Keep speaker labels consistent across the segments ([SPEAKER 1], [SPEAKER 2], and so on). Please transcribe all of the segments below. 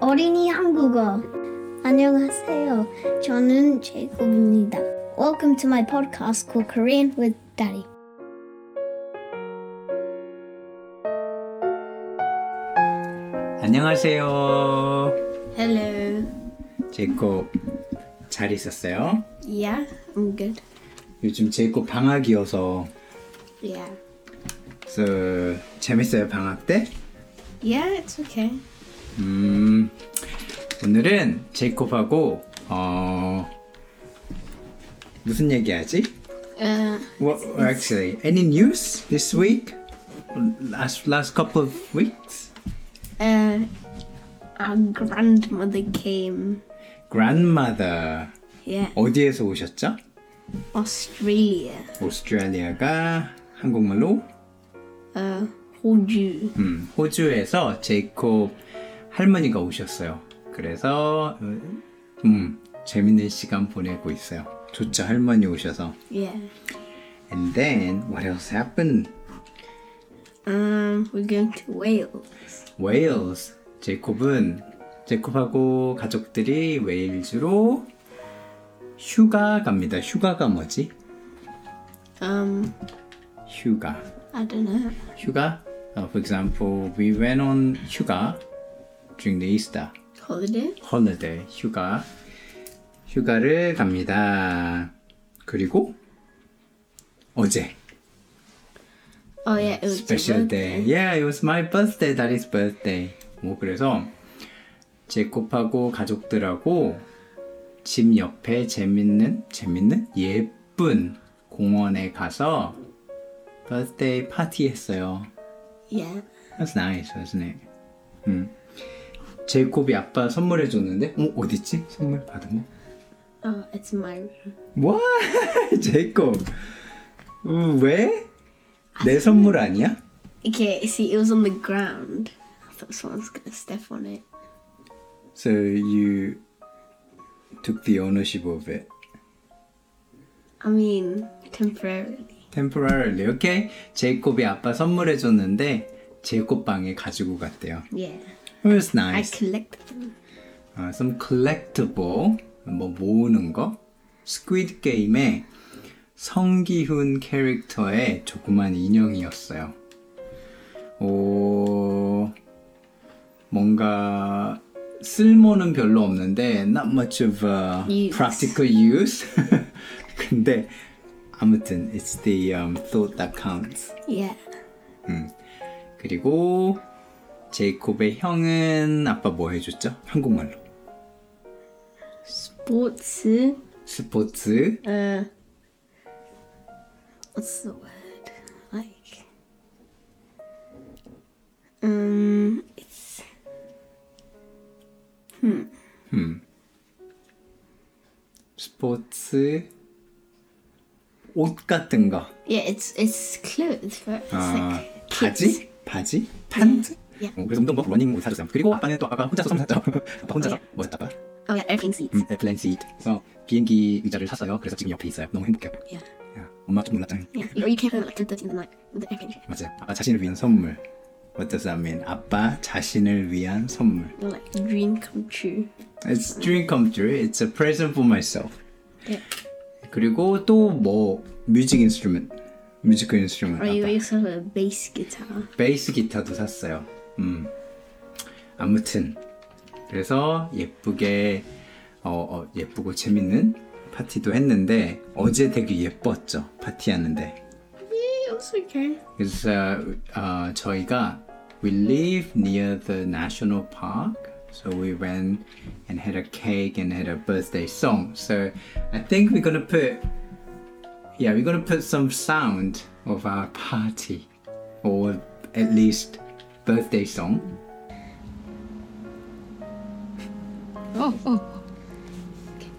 [SPEAKER 1] 어린이 한국어. 안녕하세요. 저는 제이콥입니다. Welcome to my podcast called Korean with Daddy.
[SPEAKER 2] 안녕하세요.
[SPEAKER 3] Hello.
[SPEAKER 2] 제이콥 잘 있었어요?
[SPEAKER 3] Yeah, I'm good.
[SPEAKER 2] 요즘 제이콥 방학이어서
[SPEAKER 3] Yeah.
[SPEAKER 2] 그, 재밌어요 방학 때?
[SPEAKER 3] Yeah, it's okay.
[SPEAKER 2] 음, 오늘은 제이콥하고 어, 무슨 얘기하지?
[SPEAKER 3] Uh,
[SPEAKER 2] What actually any news this week? Last last couple of weeks?
[SPEAKER 3] uh, our grandmother came.
[SPEAKER 2] Grandmother
[SPEAKER 3] Yeah.
[SPEAKER 2] 어디에서 오셨죠?
[SPEAKER 3] Australia.
[SPEAKER 2] 오스트레일리아가 한국말로
[SPEAKER 3] Uh, Hoju.
[SPEAKER 2] 음, 호주에서 제이콥 할머니가 오셨어요. 그래서 음, 음, 재밌는 시간 보내고 있어요. 좋죠 할머니 오셔서.
[SPEAKER 3] Yeah.
[SPEAKER 2] And then what else happened?
[SPEAKER 3] Um, we're going to Wales.
[SPEAKER 2] Wales. 제이콥은 제이콥하고 가족들이 웨일즈로 휴가 갑니다. 휴가가 뭐지?
[SPEAKER 3] Um,
[SPEAKER 2] 휴가.
[SPEAKER 3] I don't know.
[SPEAKER 2] 휴가. Uh, for example, we went on 휴가 during the Easter.
[SPEAKER 3] Holiday?
[SPEAKER 2] holiday 휴가 휴가를 갑니다. 그리고 어제
[SPEAKER 3] Oh yeah, it was your
[SPEAKER 2] special
[SPEAKER 3] birthday.
[SPEAKER 2] day. Yeah, it was my birthday. That is birthday. 뭐 그래서 제콥하고 가족들하고 집 옆에 재밌는 재밌는 예쁜 공원에 가서 birthday 파티 했어요.
[SPEAKER 3] Yeah.
[SPEAKER 2] That's nice, wasn't it? 음. 제콥이 아빠 선물해 줬는데, 어 어딨지? 선물 받은 거?
[SPEAKER 3] Oh, it's my room.
[SPEAKER 2] 와 제이콥 음, 왜? 내 선물 아니야?
[SPEAKER 3] Okay, see, it was on the ground. I thought someone's gonna step on it.
[SPEAKER 2] So you took the ownership of it
[SPEAKER 3] I mean, temporarily.
[SPEAKER 2] temporarily, okay? 제이콥이 아빠 선물해 줬는데 제이콥 방에 가지고 갔대요.
[SPEAKER 3] Yeah.
[SPEAKER 2] It was
[SPEAKER 3] I
[SPEAKER 2] nice.
[SPEAKER 3] collected them.
[SPEAKER 2] 아, some collectible 뭐 모으는 거 스퀴드 게임의 성기훈 캐릭터의 조그만 인형이었어요. 오 뭔가 쓸모는 별로 없는데 not much of a
[SPEAKER 3] Use.
[SPEAKER 2] practical use. 근데 아무튼 it's the um, thought that counts.
[SPEAKER 3] Yeah.
[SPEAKER 2] 그리고 제이콥의 형은 아빠 뭐 해줬죠? 한국말로.
[SPEAKER 3] Sports.
[SPEAKER 2] 스포츠
[SPEAKER 3] Uh, what's the word? Like, um, it's
[SPEAKER 2] 스포츠 옷 같은 거
[SPEAKER 3] yeah, it's it's clothes, right? It's
[SPEAKER 2] 아,
[SPEAKER 3] like kids.
[SPEAKER 2] 바지 바지 팬츠
[SPEAKER 3] 예.
[SPEAKER 2] 어, 그래서 운동복 러닝 옷 사줬어요 그리고 아빠는 또 아빠가 혼자서 예. 선물 샀죠 아빠 혼자서 뭐였다 아빠
[SPEAKER 3] Oh yeah, airplane seats.
[SPEAKER 2] 음, 에플랜 시트 그래서 비행기 의자를 샀어요 그래서 지금 옆에 있어요 너무 행복해요
[SPEAKER 3] Yeah,
[SPEAKER 2] 야, 엄마 좀 놀랐잖아
[SPEAKER 3] yeah. Or you came home at like 10:30 in the night with the airplane. chair.
[SPEAKER 2] 맞아요 아빠 자신을 위한 선물 What does that mean? 아빠 자신을 위한 선물
[SPEAKER 3] You're like dream come true.
[SPEAKER 2] It's dream come true It's a present for myself 예.
[SPEAKER 3] Yeah.
[SPEAKER 2] 그리고 또 뭐 뮤직 인스트루먼트 뮤지컬 인스트루먼트
[SPEAKER 3] Or you got yourself a bass guitar.
[SPEAKER 2] 베이스 기타도 샀어요. 음. 아무튼 그래서 예쁘게 어, 어, 예쁘고 재밌는 파티도 했는데 어제 되게 예뻤죠 파티하는데.
[SPEAKER 3] Yeah, it was okay.
[SPEAKER 2] 그래서 어, 저희가 uh, we live near the national park, so we went and had a cake and had a birthday song. So I think we're gonna put yeah we're gonna put some sound of our party or at least birthday song.
[SPEAKER 4] Oh, oh. oh. Okay.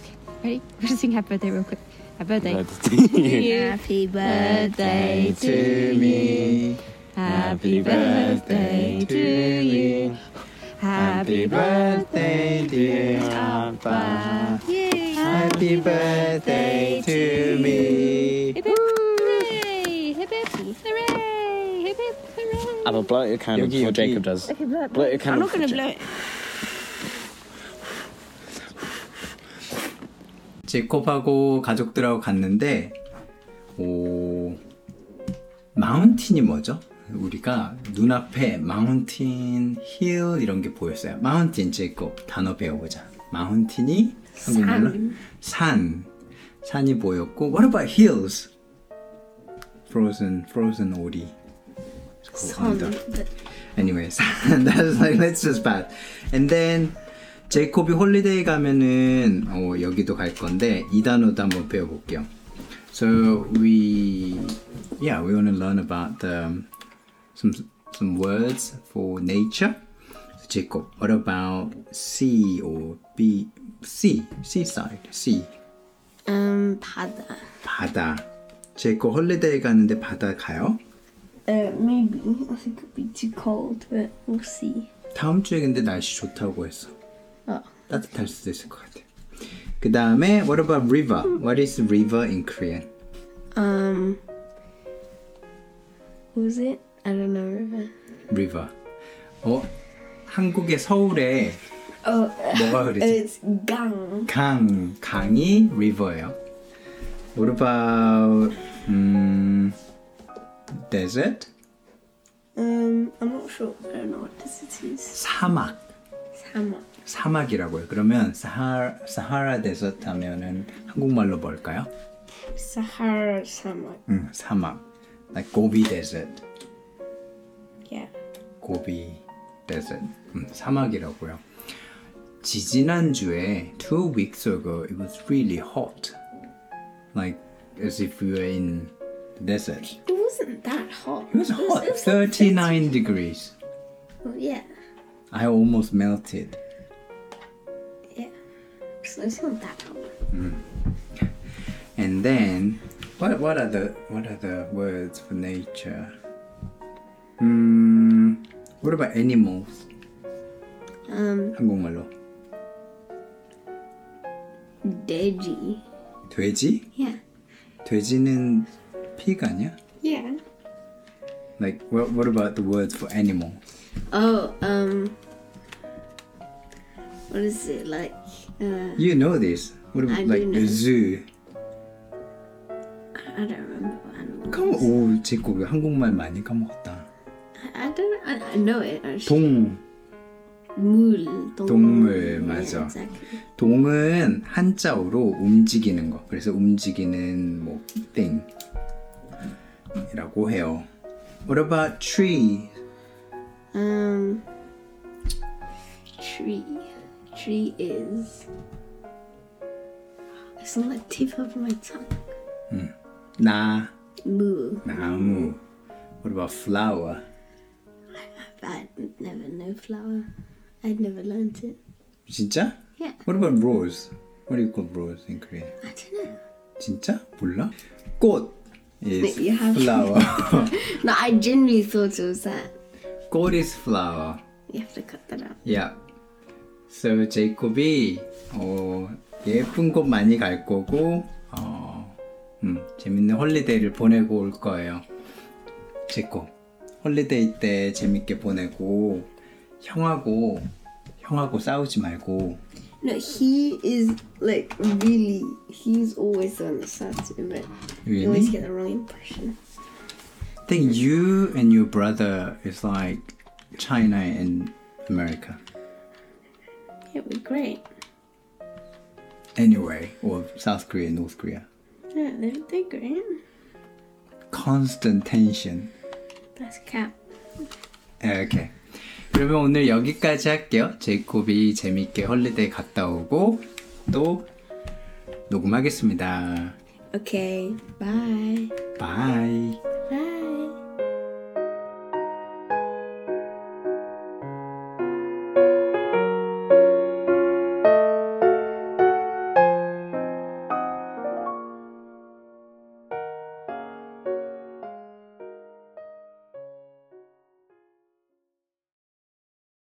[SPEAKER 4] okay. Ready? We're just sing happy birthday real quick. Happy birthday.
[SPEAKER 3] Happy
[SPEAKER 4] birthday
[SPEAKER 2] to me.
[SPEAKER 4] Happy birthday to you. Happy
[SPEAKER 2] birthday, dear Papa.
[SPEAKER 4] Yay!
[SPEAKER 2] Happy birthday to me.
[SPEAKER 4] Hip hip hooray! Hip hip hooray! Hip hip hooray!
[SPEAKER 5] I'm a blow your candle
[SPEAKER 2] Yogi, yogi.
[SPEAKER 5] before Jacob does.
[SPEAKER 4] Okay, blow it, blow
[SPEAKER 5] Blow
[SPEAKER 4] it.
[SPEAKER 5] your candle.
[SPEAKER 3] I'm not gonna
[SPEAKER 5] before
[SPEAKER 3] blow it.
[SPEAKER 2] 제콥하고 가족들하고 갔는데 오 마운틴이 뭐죠? 우리가 눈앞에 마운틴 힐 이런 게 보였어요. 마운틴 제콥 단어 배워보자. 마운틴이 한국말로 산 산이 보였고 what about hills? frozen frozen 오리 그
[SPEAKER 3] Son.
[SPEAKER 2] under. Anyways, that's like that's just bad. And then 제이콥이 홀리데이 가면은 어, 여기도 갈 건데 이 단어도 한번 배워볼게요. So we yeah we want to learn about the, some some words for nature. So 제이콥, what about sea or be sea seaside sea
[SPEAKER 3] Um, 바다.
[SPEAKER 2] 바다. 제이콥 홀리데이 가는데 바다 가요?
[SPEAKER 3] Uh, maybe. I think it'd be too cold, but we'll see.
[SPEAKER 2] 다음 주에 근데 날씨 좋다고 했어.
[SPEAKER 3] 어.
[SPEAKER 2] 따뜻할 수도 있을 것 같아. 그 다음에 what about river? What is river in Korean?
[SPEAKER 3] Um, what was it? I don't know. River.
[SPEAKER 2] River. 어 한국의 서울에
[SPEAKER 3] Oh,
[SPEAKER 2] 뭐가 그러지?
[SPEAKER 3] it's gang.
[SPEAKER 2] 강 강이 river예요. What about 음 desert?
[SPEAKER 3] Um, I'm not sure. I don't know what this is.
[SPEAKER 2] 사막
[SPEAKER 3] Samak.
[SPEAKER 2] 사막이라고요. 그러면 사하 사하라 desert 하면은 한국말로 뭘까요?
[SPEAKER 3] Sahara Samak.
[SPEAKER 2] 음 사막. Like Gobi desert.
[SPEAKER 3] Yeah.
[SPEAKER 2] 고비 desert 음, 사막이라고요. 지지난 주에 two weeks ago it was really hot, like as if we were in the desert.
[SPEAKER 3] It wasn't that hot.
[SPEAKER 2] It was hot, 39 degrees.
[SPEAKER 3] Oh, yeah.
[SPEAKER 2] I almost melted.
[SPEAKER 3] So it's not that hot.
[SPEAKER 2] And then, what what are the what are the words for nature? 음, what about animals?
[SPEAKER 3] Um,
[SPEAKER 2] 한국말로
[SPEAKER 3] Deji.
[SPEAKER 2] 돼지?
[SPEAKER 3] Yeah.
[SPEAKER 2] 돼지는 pig 아니야?
[SPEAKER 3] Yeah.
[SPEAKER 2] Like, what, what about the words for animal?
[SPEAKER 3] Oh, um, what is it like? Uh,
[SPEAKER 2] You know this. What
[SPEAKER 3] I
[SPEAKER 2] about,
[SPEAKER 3] do
[SPEAKER 2] like the
[SPEAKER 3] know.
[SPEAKER 2] zoo?
[SPEAKER 3] I don't remember what animal.
[SPEAKER 2] 까먹, 오, 제거 한국말 많이 까먹었다.
[SPEAKER 3] I, I don't. I, I know it. Actually.
[SPEAKER 2] 동,
[SPEAKER 3] 물.
[SPEAKER 2] 동물,
[SPEAKER 3] Yeah,
[SPEAKER 2] 맞아.
[SPEAKER 3] Exactly.
[SPEAKER 2] 동은 한자어로 움직이는 거. 그래서 움직이는 뭐 thing 이라고 해요. What about tree?
[SPEAKER 3] Um, tree. Tree is. It's on the tip of my tongue.
[SPEAKER 2] 나,
[SPEAKER 3] Moo.
[SPEAKER 2] 나무. What about flower?
[SPEAKER 3] I never know flower. I'd never learnt it.
[SPEAKER 2] 진짜?
[SPEAKER 3] Yeah.
[SPEAKER 2] What about rose? What do you call rose in Korean?
[SPEAKER 3] I don't know.
[SPEAKER 2] 진짜? 몰라? 꽃 is
[SPEAKER 3] You have-
[SPEAKER 2] flower.
[SPEAKER 3] No, I genuinely thought it was that.
[SPEAKER 2] 꽃 is flower.
[SPEAKER 3] You have to cut that out.
[SPEAKER 2] Yeah. So 제이콥이 어, 예쁜 곳 많이 갈 거고 어, 음, 재밌는 홀리데이를 보내고 올 거예요. 제이콥 홀리데이 때 재밌게 보내고 형하고 형하고 싸우지 말고
[SPEAKER 3] No, he is like really. He's always the one that starts it, but you
[SPEAKER 2] Really?
[SPEAKER 3] always get the wrong impression.
[SPEAKER 2] I think you and your brother is like China and America.
[SPEAKER 3] It would be great.
[SPEAKER 2] Anyway, or South Korea, North Korea.
[SPEAKER 3] Yeah, they're, they're great.
[SPEAKER 2] Constant tension.
[SPEAKER 3] That's cap.
[SPEAKER 2] 네, 오케이. 그러면 오늘 여기까지 할게요. 제이콥이 재밌게 헐리데이 갔다 오고 또 녹음하겠습니다.
[SPEAKER 3] Okay, bye.
[SPEAKER 2] 바이.